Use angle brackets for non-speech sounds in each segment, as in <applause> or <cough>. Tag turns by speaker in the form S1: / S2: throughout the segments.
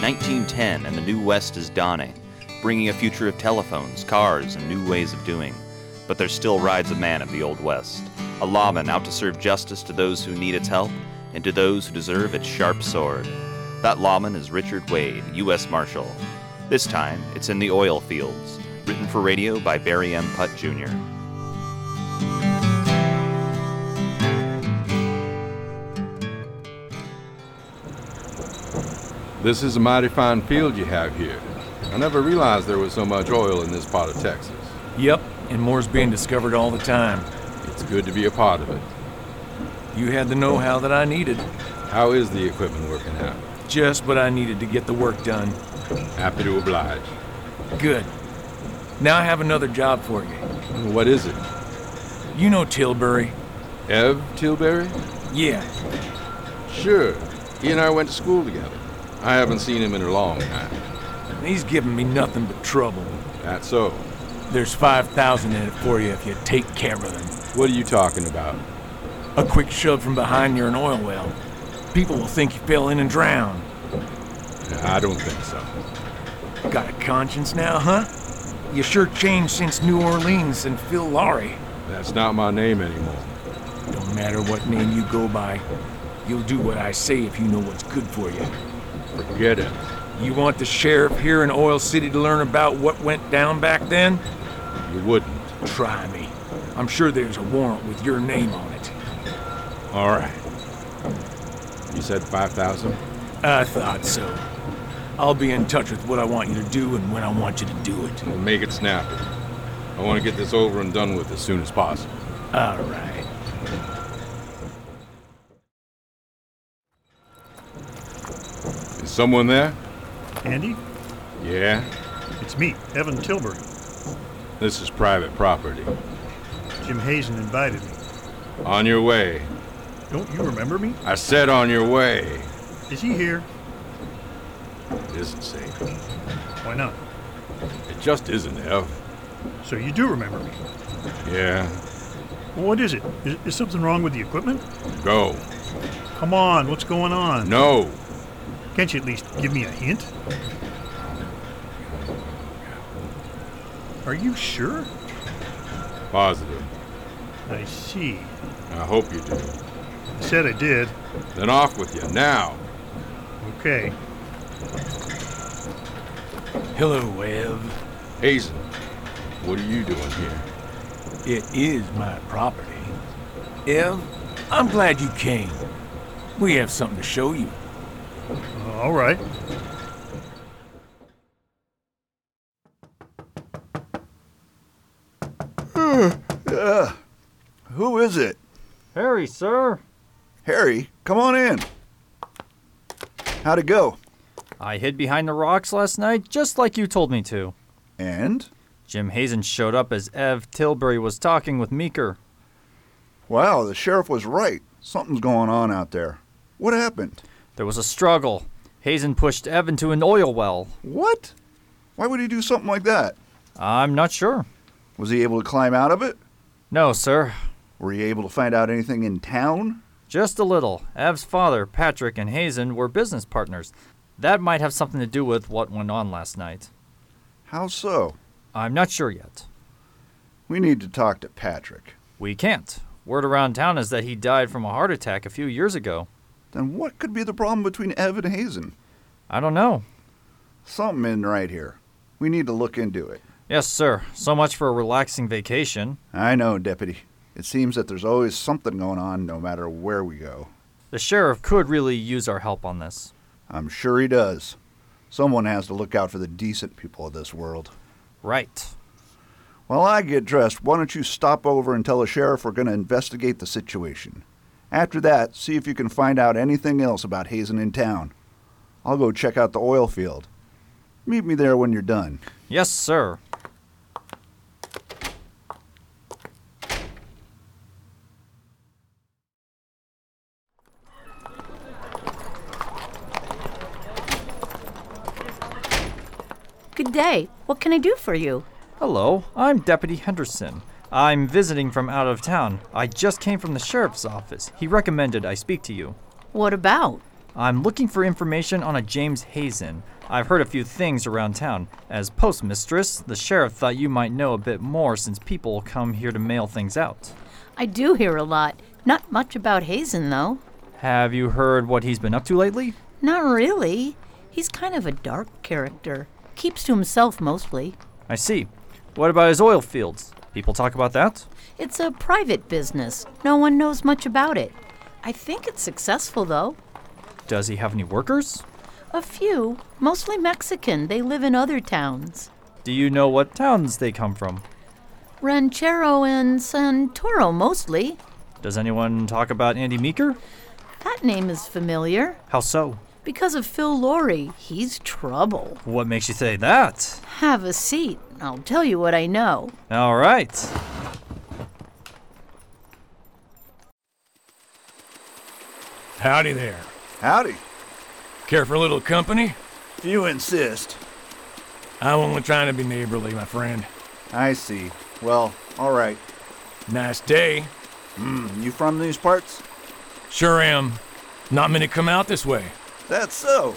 S1: 1910 and the new West is dawning, bringing a future of telephones, cars, and new ways of doing. But there still rides a man of the Old West, a lawman out to serve justice to those who need its help and to those who deserve its sharp sword. That lawman is Richard Wade, U.S. Marshal. This time, it's in the oil fields, written for radio by Barry M. Putt Jr.
S2: This is a mighty fine field you have here. I never realized there was so much oil in this part of Texas.
S3: Yep, and more's being discovered all the time.
S2: It's good to be a part of it.
S3: You had the know how that I needed,
S2: How is the equipment working out?
S3: just what I needed to get the work done.
S2: Happy to oblige.
S3: Good. Now I have another job for you.
S2: What is it?
S3: You know Tilbury?
S2: Ev Tilbury?
S3: Yeah,
S2: Sure. He and I went to school together. I haven't seen him in a long time.
S3: he's giving me nothing but trouble.
S2: That's so.
S3: There's 5,000 in it for you if you take care of them.
S2: What are you talking about?
S3: A quick shove from behind near an oil well. People will think you fell in and drowned.
S2: I don't think so.
S3: Got a conscience now, huh? You sure changed since New Orleans and Phil Laurie.
S2: That's not my name anymore.
S3: Don't matter what name you go by, you'll do what I say if you know what's good for you.
S2: Forget it.
S3: You want the sheriff here in Oil City to learn about what went down back then?
S2: You wouldn't.
S3: Try me. I'm sure there's a warrant with your name on it.
S2: All right. You said 5,000?
S3: I thought so. I'll be in touch with what I want you to do and when I want you to do it.
S2: Well, make it snappy. I want to get this over and done with as soon as possible.
S3: All right.
S2: Is someone there?
S4: Andy,
S2: Yeah.
S4: it's me, Evan Tilbury.
S2: This is private property.
S4: Jim Hazen invited me.
S2: On your way.
S4: Don't you remember me?
S2: I said on your way.
S4: Is he here?
S2: It isn't safe.
S4: Why not?
S2: It just isn't, Ev.
S4: So you do remember me.
S2: Yeah.
S4: What is it? Is, is something wrong with the equipment?
S2: Go.
S4: Come on, what's going on?
S2: No.
S4: Can't you at least give me a hint? Are you sure?
S2: Positive.
S4: I see.
S2: I hope you do.
S4: I said I did.
S2: Then off with you now.
S4: Okay.
S3: Hello, Ev.
S2: Hazen, what are you doing here?
S3: It is my property. Ev, I'm glad you came. We have something to show you.
S4: All right.
S5: Who is it?
S6: Harry, sir.
S5: Harry, come on in. How'd it go?
S6: I hid behind the rocks last night, just like you told me to.
S5: And?
S6: Jim Hazen showed up as Ev Tilbury was talking with Meeker.
S5: Wow, the sheriff was right. Something's going on out there. What happened?
S6: There was a struggle. Hazen pushed Ev into an oil well.
S5: What? Why would he do something like that?
S6: I'm not sure.
S5: Was he able to climb out of it?
S6: No, sir.
S5: Were you able to find out anything in town?
S6: Just a little. Ev's father, Patrick, and Hazen were business partners. That might have something to do with what went on last night.
S5: How so?
S6: I'm not sure yet.
S5: We need to talk to Patrick.
S6: We can't. Word around town is that he died from a heart attack a few years ago.
S5: Then what could be the problem between Ev and Hazen?
S6: I don't know.
S5: Something in right here. We need to look into it.
S6: Yes, sir. So much for a relaxing vacation.
S5: I know, Deputy. It seems that there's always something going on no matter where we go.
S6: The sheriff could really use our help on this.
S5: I'm sure he does. Someone has to look out for the decent people of this world.
S6: Right.
S5: While I get dressed, why don't you stop over and tell the sheriff we're going to investigate the situation? After that, see if you can find out anything else about Hazen in town. I'll go check out the oil field. Meet me there when you're done.
S6: Yes, sir.
S7: Good day. What can I do for you?
S6: Hello, I'm Deputy Henderson. I'm visiting from out of town. I just came from the sheriff's office. He recommended I speak to you.
S7: What about?
S6: I'm looking for information on a James Hazen. I've heard a few things around town. As postmistress, the sheriff thought you might know a bit more since people come here to mail things out.
S7: I do hear a lot. Not much about Hazen, though.
S6: Have you heard what he's been up to lately?
S7: Not really. He's kind of a dark character. Keeps to himself mostly.
S6: I see. What about his oil fields? People talk about that?
S7: It's a private business. No one knows much about it. I think it's successful, though.
S6: Does he have any workers?
S7: A few, mostly Mexican, they live in other towns.
S6: Do you know what towns they come from?
S7: Ranchero and Santoro mostly.
S6: Does anyone talk about Andy Meeker?
S7: That name is familiar.
S6: How so?
S7: Because of Phil Laurie, he's trouble.
S6: What makes you say that?
S7: Have a seat. I'll tell you what I know.
S6: All right.
S3: Howdy there.
S5: Howdy.
S3: Care for a little company?
S5: If you insist.
S3: I'm only trying to be neighborly, my friend.
S5: I see. Well, all right. Hmm,
S3: Nice day.
S5: You from these parts?
S3: Sure am. Not many come out this way.
S5: That's so.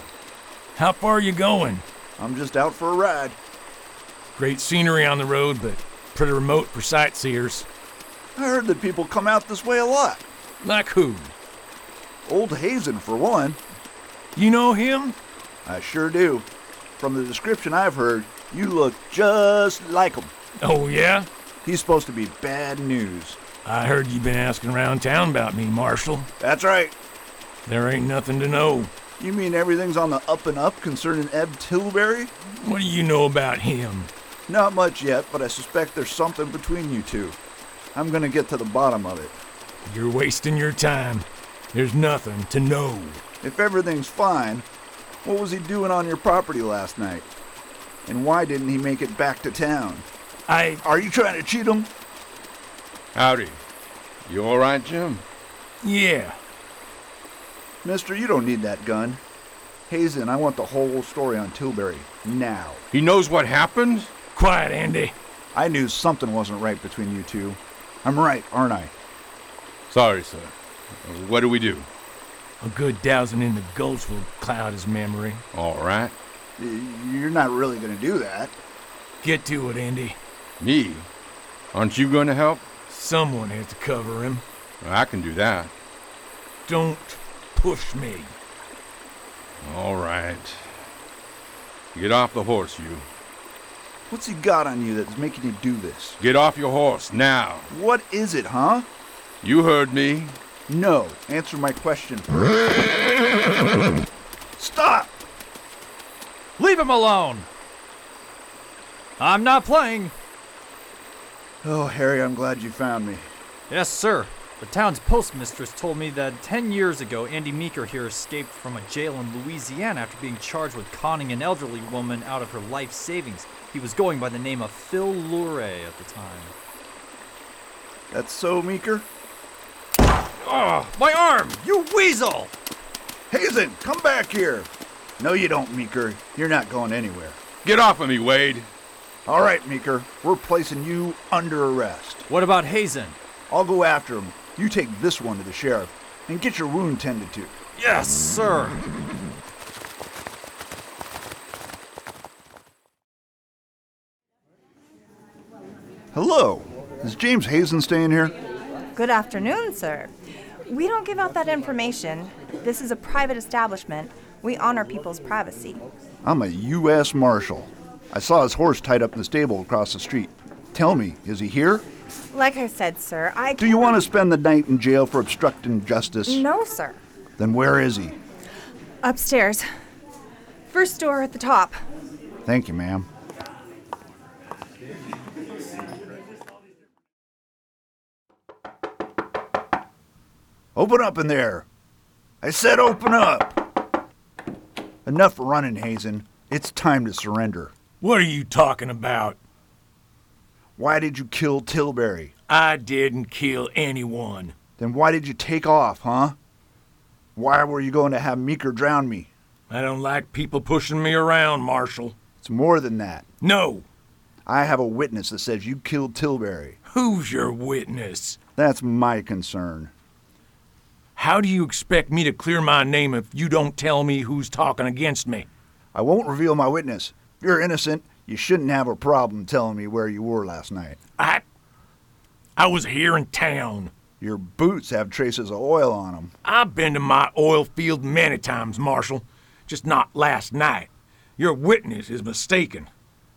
S3: How far are you going?
S5: I'm just out for a ride.
S3: Great scenery on the road, but pretty remote for sightseers.
S5: I heard that people come out this way a lot.
S3: Like who?
S5: Old Hazen, for one.
S3: You know him?
S5: I sure do. From the description I've heard, you look just like him.
S3: Oh, yeah?
S5: He's supposed to be bad news.
S3: I heard you've been asking around town about me, Marshal.
S5: That's right.
S3: There ain't nothing to know.
S5: You mean everything's on the up and up concerning Eb Tilbury?
S3: What do you know about him?
S5: Not much yet, but I suspect there's something between you two. I'm gonna get to the bottom of it.
S3: You're wasting your time. There's nothing to know.
S5: If everything's fine, what was he doing on your property last night? And why didn't he make it back to town?
S3: I.
S5: Are you trying to cheat him?
S2: Howdy. You all right, Jim?
S3: Yeah.
S5: Mister, you don't need that gun. Hazen, I want the whole story on Tilbury. Now.
S2: He knows what happened?
S3: Quiet, Andy.
S5: I knew something wasn't right between you two. I'm right, aren't I?
S2: Sorry, sir. What do we do?
S3: A good dousing in the gulch will cloud his memory.
S2: All right.
S5: Y- You're not really gonna do that.
S3: Get to it, Andy.
S2: Me? Aren't you going to help?
S3: Someone has to cover him.
S2: I can do that.
S3: Don't push me.
S2: All right. Get off the horse, you.
S5: What's he got on you that's making you do this?
S2: Get off your horse now.
S5: What is it, huh?
S2: You heard me.
S5: No. Answer my question. Stop!
S6: Leave him alone! I'm not playing!
S5: Oh, Harry, I'm glad you found me.
S6: Yes, sir. The town's postmistress told me that 10 years ago, Andy Meeker here escaped from a jail in Louisiana after being charged with conning an elderly woman out of her life savings. He was going by the name of Phil Lure at the time.
S5: That's so, Meeker.
S6: My arm! You weasel!
S5: Hazen, come back here! No, you don't, Meeker. You're not going anywhere.
S2: Get off of me, Wade.
S5: All right, Meeker, we're placing you under arrest.
S6: What about Hazen?
S5: I'll go after him. You take this one to the sheriff and get your wound tended to.
S6: Yes, sir!
S5: Hello. Is James Hazen staying here?
S8: Good afternoon, sir. We don't give out that information. This is a private establishment. We honor people's privacy.
S5: I'm a U.S. Marshal. I saw his horse tied up in the stable across the street. Tell me, is he here?
S8: Like I said, sir, I.
S5: Do you want to spend the night in jail for obstructing justice?
S8: No, sir.
S5: Then where is he?
S8: Upstairs. First door at the top.
S5: Thank you, ma'am. Open up in there. I said open up. Enough running, Hazen. It's time to surrender.
S3: What are you talking about?
S5: Why did you kill Tilbury?
S3: I didn't kill anyone.
S5: Then why did you take off, huh? Why were you going to have Meeker drown me?
S3: I don't like people pushing me around, Marshal.
S5: It's more than that.
S3: No.
S5: I have a witness that says you killed Tilbury.
S3: Who's your witness?
S5: That's my concern.
S3: How do you expect me to clear my name if you don't tell me who's talking against me?
S5: I won't reveal my witness. You're innocent. You shouldn't have a problem telling me where you were last night.
S3: I. I was here in town.
S5: Your boots have traces of oil on them.
S3: I've been to my oil field many times, Marshal. Just not last night. Your witness is mistaken.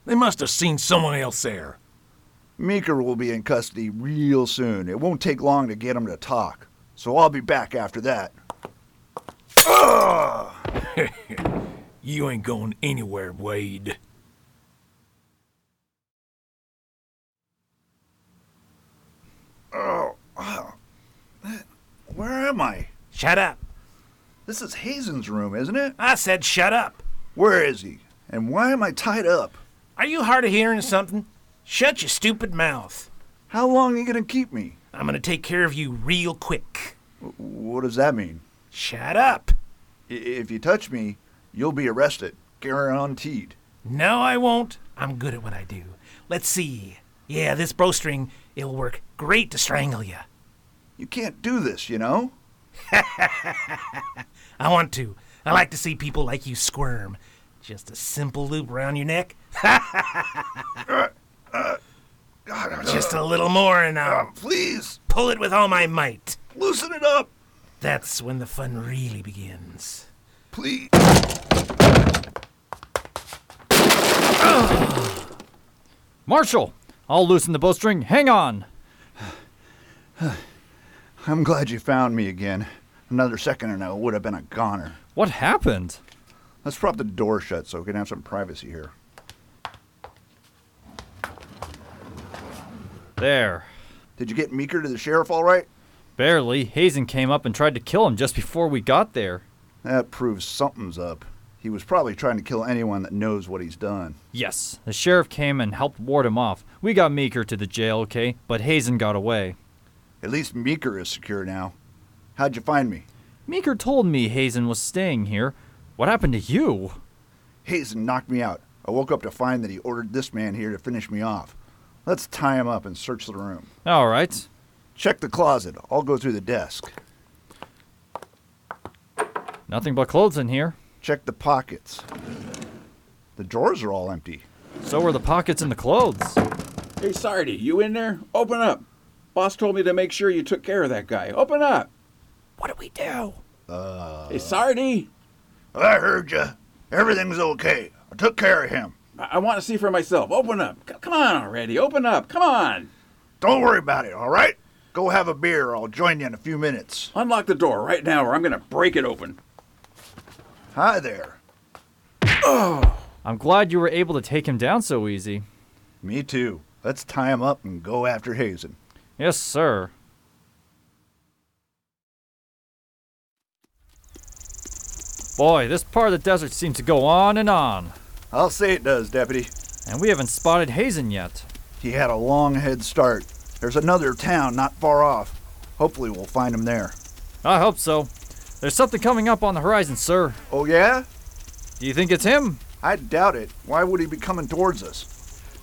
S3: They must have seen someone else there. <laughs>
S5: Meeker will be in custody real soon. It won't take long to get him to talk. So I'll be back after that.
S3: You ain't going anywhere, Wade.
S5: Where am I?
S9: Shut up.
S5: This is Hazen's room, isn't it?
S9: I said shut up.
S5: Where is he? And why am I tied up?
S9: Are you hard of hearing or something? Shut your stupid mouth.
S5: How long are you going to keep me?
S9: I'm going to take care of you real quick.
S5: What does that mean?
S9: Shut up.
S5: I- If you touch me, you'll be arrested. Guaranteed.
S9: No, I won't. I'm good at what I do. Let's see. Yeah, this bowstring, it'll work great to strangle you.
S5: You can't do this, you know?
S9: I want to. I like to see people like you squirm. Just a simple loop around your neck. <laughs> Just a little more, and I'll
S5: Please,
S9: pull it with all my might.
S5: loosen it up.
S9: That's when the fun really begins.
S5: Please.
S6: Marshal! I'll loosen the bowstring. Hang on!
S5: I'm glad you found me again. Another second and I would have been a goner.
S6: What happened?
S5: Let's prop the door shut so we can have some privacy here.
S6: There.
S5: Did you get Meeker to the sheriff all right?
S6: Barely. Hazen came up and tried to kill him just before we got there.
S5: That proves something's up. He was probably trying to kill anyone that knows what he's done.
S6: Yes, the sheriff came and helped ward him off. We got Meeker to the jail, okay, but Hazen got away.
S5: At least Meeker is secure now. How'd you find me?
S6: Meeker told me Hazen was staying here. What happened to you?
S5: Hazen knocked me out. I woke up to find that he ordered this man here to finish me off. Let's tie him up and search the room.
S6: All right.
S5: Check the closet. I'll go through the desk.
S6: Nothing but clothes in here.
S5: Check the pockets. The drawers are all empty.
S6: So were the pockets in the clothes.
S10: Hey, Sardi, you in there? Open up. Boss told me to make sure you took care of that guy. Open up.
S9: What do we do?
S10: Hey, Sardi,
S5: I heard you. Everything's okay. I took care of him.
S10: I, I want to see for myself. Open up. C- come on already. Open up. Come on.
S5: Don't worry about it, all right? Go have a beer. I'll join you in a few minutes.
S10: Unlock the door right now, or I'm going to break it open.
S5: Hi there.
S6: I'm glad you were able to take him down so easy.
S5: Me too. Let's tie him up and go after Hazen.
S6: Yes, sir. Boy, this part of the desert seems to go on and on,
S5: I'll say it does, Deputy.
S6: and we haven't spotted Hazen yet.
S5: He had a long head start. There's another town not far off. Hopefully, we'll find him there.
S6: I hope so. There's something coming up on the horizon, sir.
S5: Oh, yeah?
S6: Do you think it's him?
S5: I doubt it. Why would he be coming towards us?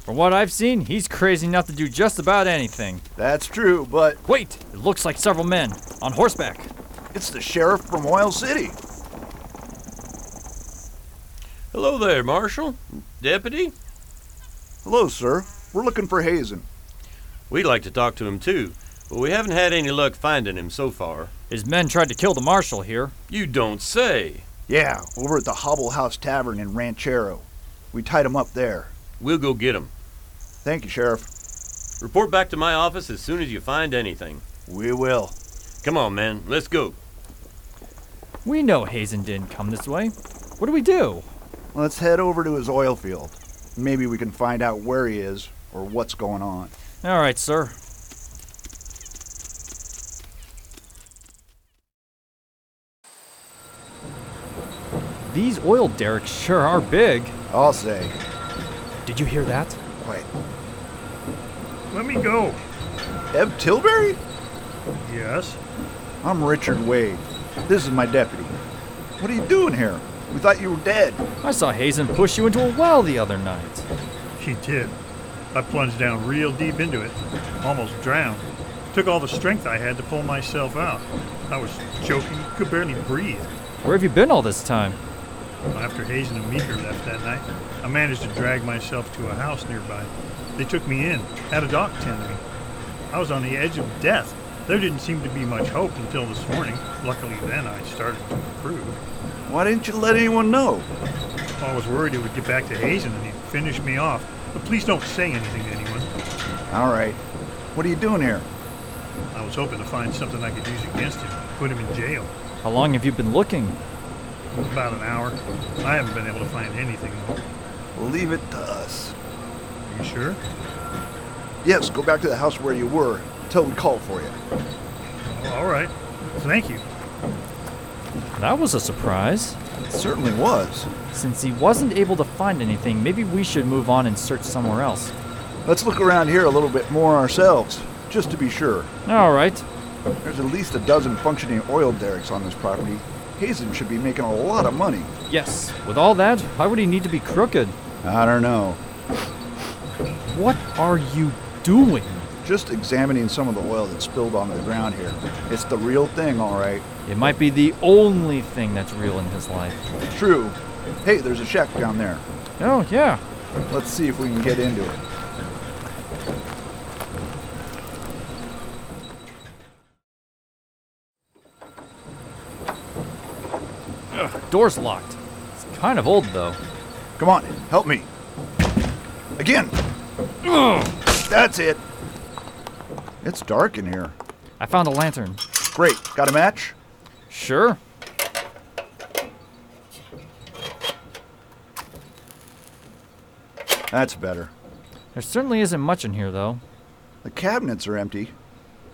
S6: From what I've seen, he's crazy enough to do just about anything.
S5: That's true, but
S6: Wait, it looks like several men on horseback.
S5: it's the sheriff from Oil City.
S11: Hello there, Marshal. Deputy?
S5: Hello, sir. We're looking for Hazen.
S11: We'd like to talk to him, too, but we haven't had any luck finding him so far.
S6: His men tried to kill the marshal here.
S11: You don't say.
S5: Yeah, over at the Hobble House Tavern in Ranchero. We tied him up there.
S11: We'll go get him.
S5: Thank you, Sheriff.
S11: Report back to my office as soon as you find anything.
S5: We will.
S11: Come on, man. Let's go.
S6: We know Hazen didn't come this way. What do we do?
S5: Let's head over to his oil field. Maybe we can find out where he is or what's going on.
S6: All right, sir. These oil derricks sure are big.
S5: I'll say.
S6: Did you hear that?
S5: Wait,
S4: Let me go.
S5: Ev Tilbury?
S4: Yes.
S5: I'm Richard Wade. This is my deputy. What are you doing here? We thought you were dead.
S6: I saw Hazen push you into a well the other night.
S4: She did. I plunged down real deep into it, almost drowned. Took took all the strength I had to pull myself out. I was choking, could barely breathe.
S6: Where have you been all this time?
S4: After Hazen and Meeker left that night, I managed to drag myself to a house nearby. They took me in, had a doc tend me. I was on the edge of death. There didn't seem to be much hope until this morning. Luckily, then I started to improve.
S5: Why didn't you let anyone know?
S4: I was worried it would get back to Hazen and he'd finish me off. But please don't say anything to anyone.
S5: All right. What are you doing here?
S4: I was hoping to find something I could use against him, put him in jail.
S6: How long have you been looking?
S4: About an hour. I haven't been able to find anything.
S5: Leave it to us.
S4: You sure?
S5: Yes, go back to the house where you were until we call for you.
S4: Well, all right. Thank you.
S6: That was a surprise.
S5: It certainly was.
S6: Since he wasn't able to find anything, maybe we should move on and search somewhere else.
S5: Let's look around here a little bit more ourselves, just to be sure.
S6: All right.
S5: There's at least a dozen functioning oil derricks on this property. Hazen should be making a lot of money.
S6: Yes, with all that, why would he need to be crooked?
S5: I don't know.
S6: What are you doing?
S5: Just examining some of the oil that's spilled onto the ground here. It's the real thing, all right.
S6: It might be the only thing that's real in his life.
S5: True. Hey, there's a shack down there.
S6: Oh, yeah.
S5: Let's see if we can get into it.
S6: Door's locked. It's kind of old, though.
S5: Come on, help me. Again.
S6: Ugh.
S5: That's it. It's dark in here.
S6: I found a lantern.
S5: Great. Got a match?
S6: Sure.
S5: That's better.
S6: There certainly isn't much in here, though.
S5: The cabinets are empty.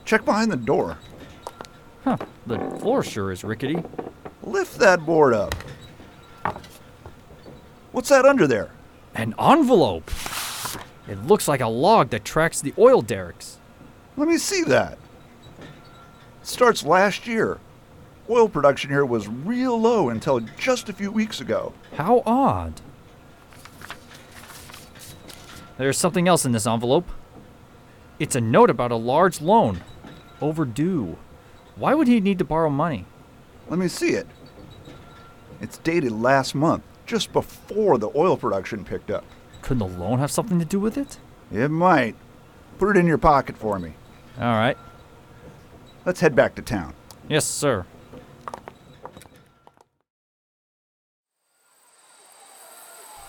S5: Check behind the door.
S6: Huh, the floor sure is rickety.
S5: Lift that board up. What's that under there?
S6: An envelope! It looks like a log that tracks the oil derricks.
S5: Let me see that. It starts last year. Oil production here was real low until just a few weeks ago.
S6: How odd. There's something else in this envelope. It's a note about a large loan. Overdue. Why would he need to borrow money?
S5: Let me see it. It's dated last month, just before the oil production picked up.
S6: Could the loan have something to do with it?
S5: It might. Put it in your pocket for me.
S6: All right.
S5: Let's head back to town.
S6: Yes, sir.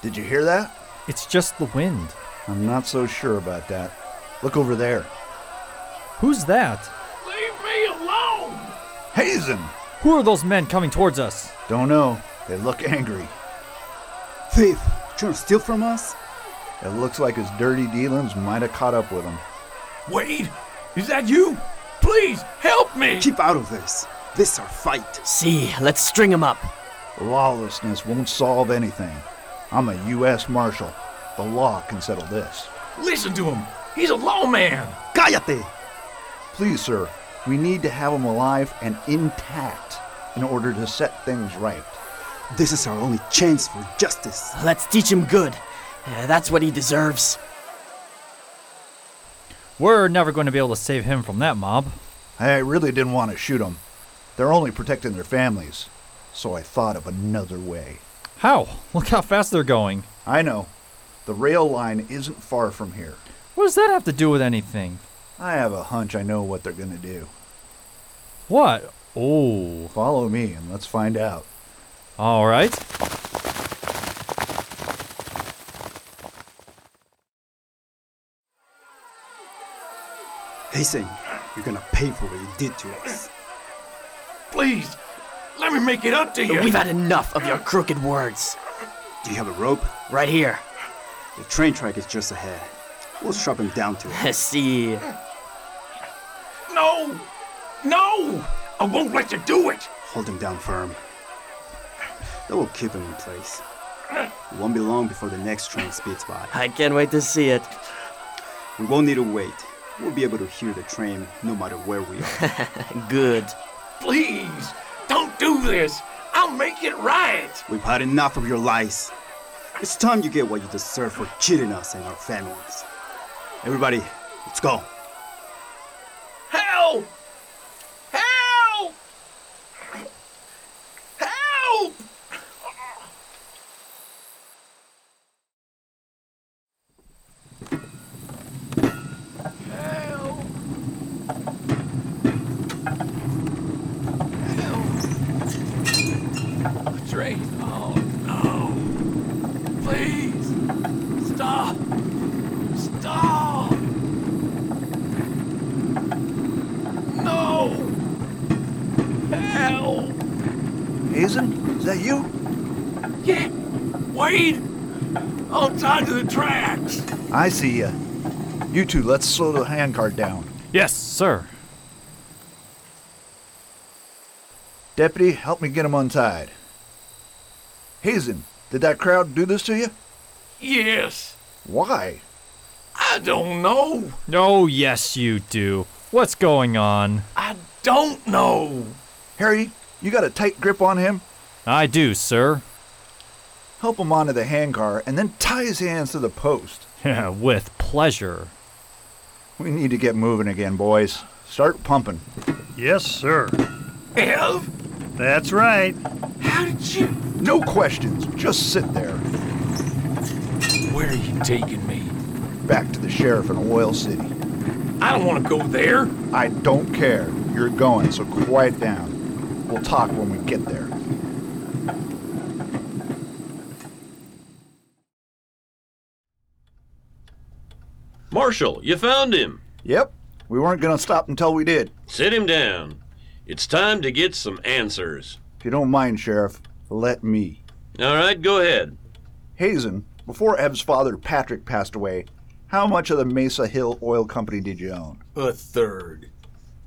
S5: Did you hear that?
S6: It's just the wind.
S5: I'm not so sure about that. Look over there.
S6: Who's that?
S12: Leave me alone!
S5: Hazen!
S6: Who are those men coming towards us?
S5: Don't know. They look angry.
S13: Thief! Trying to steal from us?
S5: It looks like his dirty dealings might have caught up with him.
S12: Wade! Is that you? Please, help me!
S13: Keep out of this. This our fight.
S14: See, let's string him up.
S5: Lawlessness won't solve anything. I'm a U.S. Marshal. The law can settle this.
S12: Listen to him. He's a lawman.
S13: Cállate!
S5: Please, sir, we need to have him alive and intact in order to set things right.
S13: This is our only chance for justice.
S14: Let's teach him good. Uh, that's what he deserves.
S6: We're never going to be able to save him from that mob.
S5: I really didn't want to shoot him. They're only protecting their families. So I thought of another way.
S6: How? Look how fast they're going.
S5: I know. The rail line isn't far from here.
S6: What does that have to do with anything?
S5: I have a hunch I know what they're going to do.
S6: What? Oh.
S5: Follow me and let's find out.
S6: All right.
S13: Hasten, you're gonna pay for what you did to us.
S12: Please, let me make it up to you.
S14: We've had enough of your crooked words.
S13: Do you have a rope?
S14: Right here.
S13: The train track is just ahead. We'll strap him down to it.
S14: <laughs> See.
S12: No! No! I won't let you do it!
S13: Hold him down firm. That will keep him in place. It won't be long before the next train speeds by.
S14: I can't wait to see it.
S13: We won't need to wait. We'll be able to hear the train no matter where we
S14: are. Good.
S12: Please, don't do this. I'll make it right.
S13: We've had enough of your lies. It's time you get what you deserve for cheating us and our families. Everybody, let's go.
S12: Help!
S3: Trace. Oh, no. Please. Stop. Stop. No. Help.
S5: Hazen, is that you?
S3: Get. Wait. I'm tied to the tracks.
S5: I see ya. You two, let's slow the handcart down.
S6: Yes, sir.
S5: Deputy, help me get him untied. Hazen, did that crowd do this to you?
S3: Yes.
S5: Why?
S3: I don't know.
S6: Oh, yes, you do. What's going on?
S3: I don't know.
S5: Harry, you got a tight grip on him?
S6: I do, sir. <laughs>
S5: Help him onto the handcar and then tie his hands to the post.
S6: With pleasure.
S5: We need to get moving again, boys. Start pumping.
S4: Yes, sir.
S3: Ev?
S4: That's right.
S3: How did you?
S5: No questions. Just sit there.
S3: Where are you taking me?
S5: Back to the sheriff in Oil City.
S3: I don't want to go there.
S5: I don't care. You're going, so quiet down. We'll talk when we get there.
S1: Marshal, you found him.
S5: Yep. We weren't going to stop until we did.
S1: Sit him down. It's time to get some answers.
S5: If you don't mind, Sheriff, let me.
S1: All right, go ahead.
S5: Hazen, before Ev's father Patrick passed away, how much of the Mesa Hill Oil Company did you own?
S3: A third.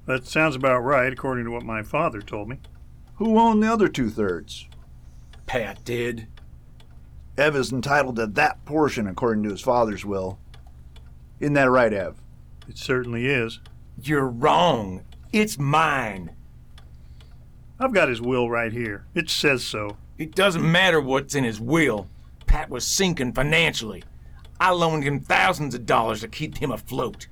S4: That sounds about right, according to what my father told me.
S5: Who owned the other two thirds?
S3: Pat did.
S5: Ev is entitled to that portion according to his father's will. Isn't that right, Ev?
S4: It certainly is.
S3: You're wrong. It's mine.
S4: I've got his will right here. It says so.
S3: It doesn't matter what's in his will. Pat was sinking financially. I loaned him thousands of dollars to keep him afloat.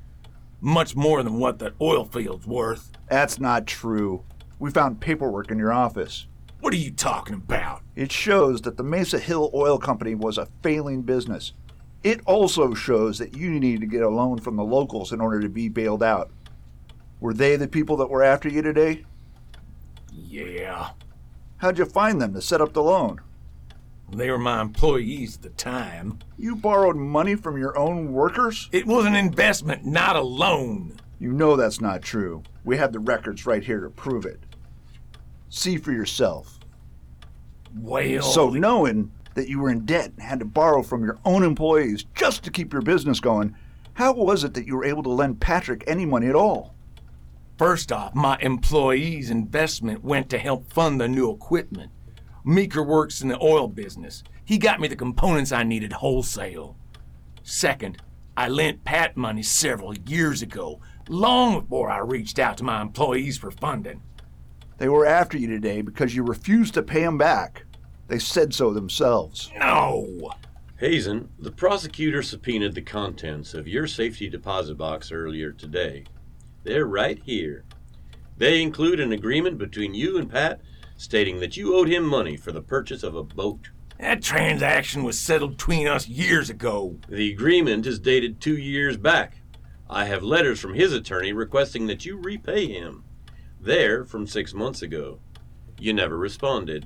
S3: Much more than what the oil field's worth.
S5: That's not true. We found paperwork in your office.
S3: What are you talking about?
S5: It shows that the Mesa Hill Oil Company was a failing business. It also shows that you needed to get a loan from the locals in order to be bailed out. Were they the people that were after you today?
S3: Yeah.
S5: How'd you find them to set up the loan?
S3: They were my employees at the time.
S5: You borrowed money from your own workers?
S3: It was an investment, not a loan.
S5: You know that's not true. We have the records right here to prove it. See for yourself.
S3: Well,
S5: So, knowing that you were in debt and had to borrow from your own employees just to keep your business going, how was it that you were able to lend Patrick any money at all?
S3: first off, my employees' investment went to help fund the new equipment. Meeker works in the oil business. He got me the components I needed wholesale. Second, I lent Pat money several years ago, long before I reached out to my employees for funding.
S5: They were after you today because you refused to pay them back. They said so themselves.
S3: No!
S1: Hazen, the prosecutor subpoenaed the contents of your safety deposit box earlier today. They're right here. They include an agreement between you and Pat stating that you owed him money for the purchase of a boat.
S3: That transaction was settled between us years ago.
S1: The agreement is dated two years back. I have letters from his attorney requesting that you repay him. They're from six months ago. You never responded.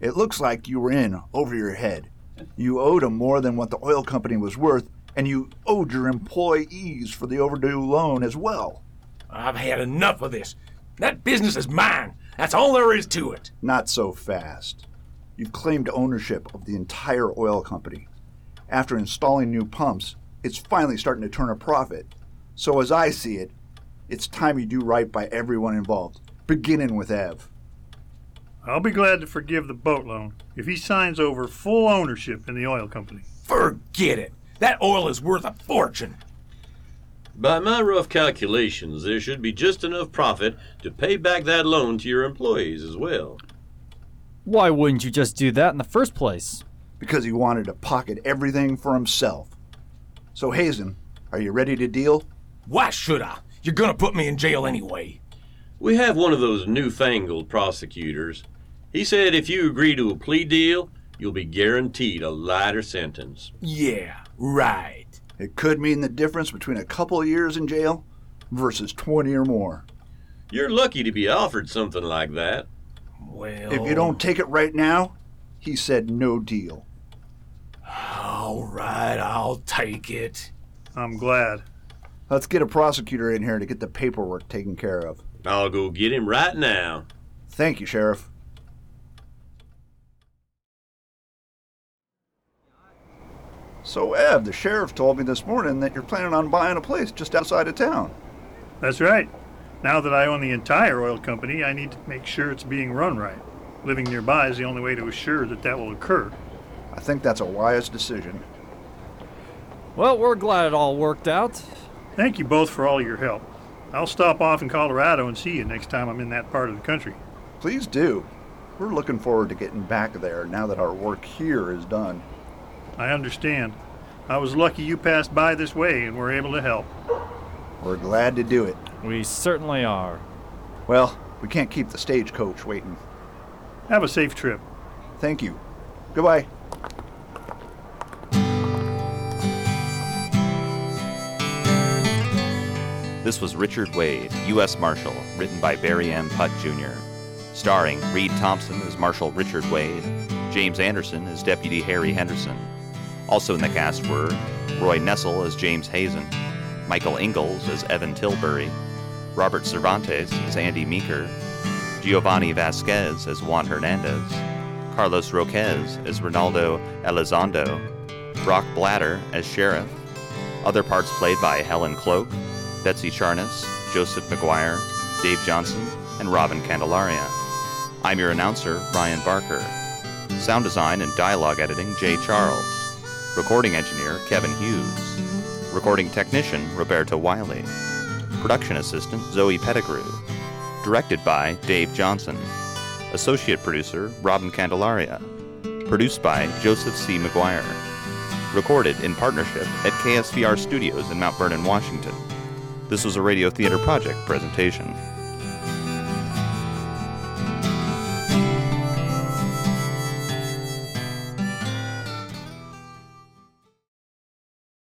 S5: It looks like you were in over your head. You owed them more than what the oil company was worth, and you owed your employees for the overdue loan as well.
S3: I've had enough of this. That business is mine. That's all there is to it.
S5: Not so fast. You've claimed ownership of the entire oil company. After installing new pumps, it's finally starting to turn a profit. So, as I see it, it's time you do right by everyone involved, beginning with Ev.
S4: I'll be glad to forgive the boat loan if he signs over full ownership in the oil company.
S3: Forget it. That oil is worth a fortune.
S1: By my rough calculations, there should be just enough profit to pay back that loan to your employees as well.
S6: Why wouldn't you just do that in the first place?
S5: because he wanted to pocket everything for himself. So, Hazen, are you ready to deal?
S3: Why should I? You're gonna put me in jail anyway.
S1: We have one of those newfangled prosecutors. He said if you agree to a plea deal, you'll be guaranteed a lighter sentence.
S3: Yeah, right.
S5: It could mean the difference between a couple of years in jail versus 20 or more.
S1: You're lucky to be offered something like that.
S3: Well, Oh.
S5: If you don't take it right now, He said no deal.
S12: All right, I'll take it.
S4: I'm glad.
S5: Let's get a prosecutor in here to get the paperwork taken care of.
S11: I'll go get him right now.
S5: Thank you, Sheriff. So, Ev, the sheriff told me this morning that you're planning on buying a place just outside of town.
S4: That's right. Now that I own the entire oil company, I need to make sure it's being run right. Living nearby is the only way to assure that that will occur.
S5: I think that's a wise decision.
S6: Well, we're glad it all worked out.
S4: Thank you both for all your help. I'll stop off in Colorado and see you next time I'm in that part of the country.
S5: Please do. We're looking forward to getting back there now that our work here is done.
S4: I understand. I was lucky you passed by this way and were able to help.
S5: We're glad to do it.
S6: We certainly are.
S5: Well, we can't keep the stagecoach waiting.
S4: Have a safe trip.
S5: Thank you. Goodbye.
S1: This was Richard Wade, U.S. Marshal, written by Barry M. Putt Jr., starring Reed Thompson as Marshal Richard Wade, James Anderson as Deputy Harry Henderson. Also in the cast were Roy Nessel as James Hazen, Michael Ingalls as Evan Tilbury, Robert Cervantes as Andy Meeker, Giovanni Vasquez as Juan Hernandez, Carlos Roquez as Ronaldo Elizondo, Brock Blatter as Sheriff, other parts played by Helen Cloak, Betsy Charnas, Joseph McGuire, Dave Johnson, and Robin Candelaria. I'm your announcer, Ryan Barker. Sound design and dialogue editing, Jay Charles. Recording engineer, Kevin Hughes. Recording technician, Roberta Wiley. Production assistant, Zoe Pettigrew. Directed by Dave Johnson. Associate producer, Robin Candelaria. Produced by Joseph C. McGuire. Recorded in partnership at KSVR Studios in Mount Vernon, Washington. This was a Radio Theater Project presentation.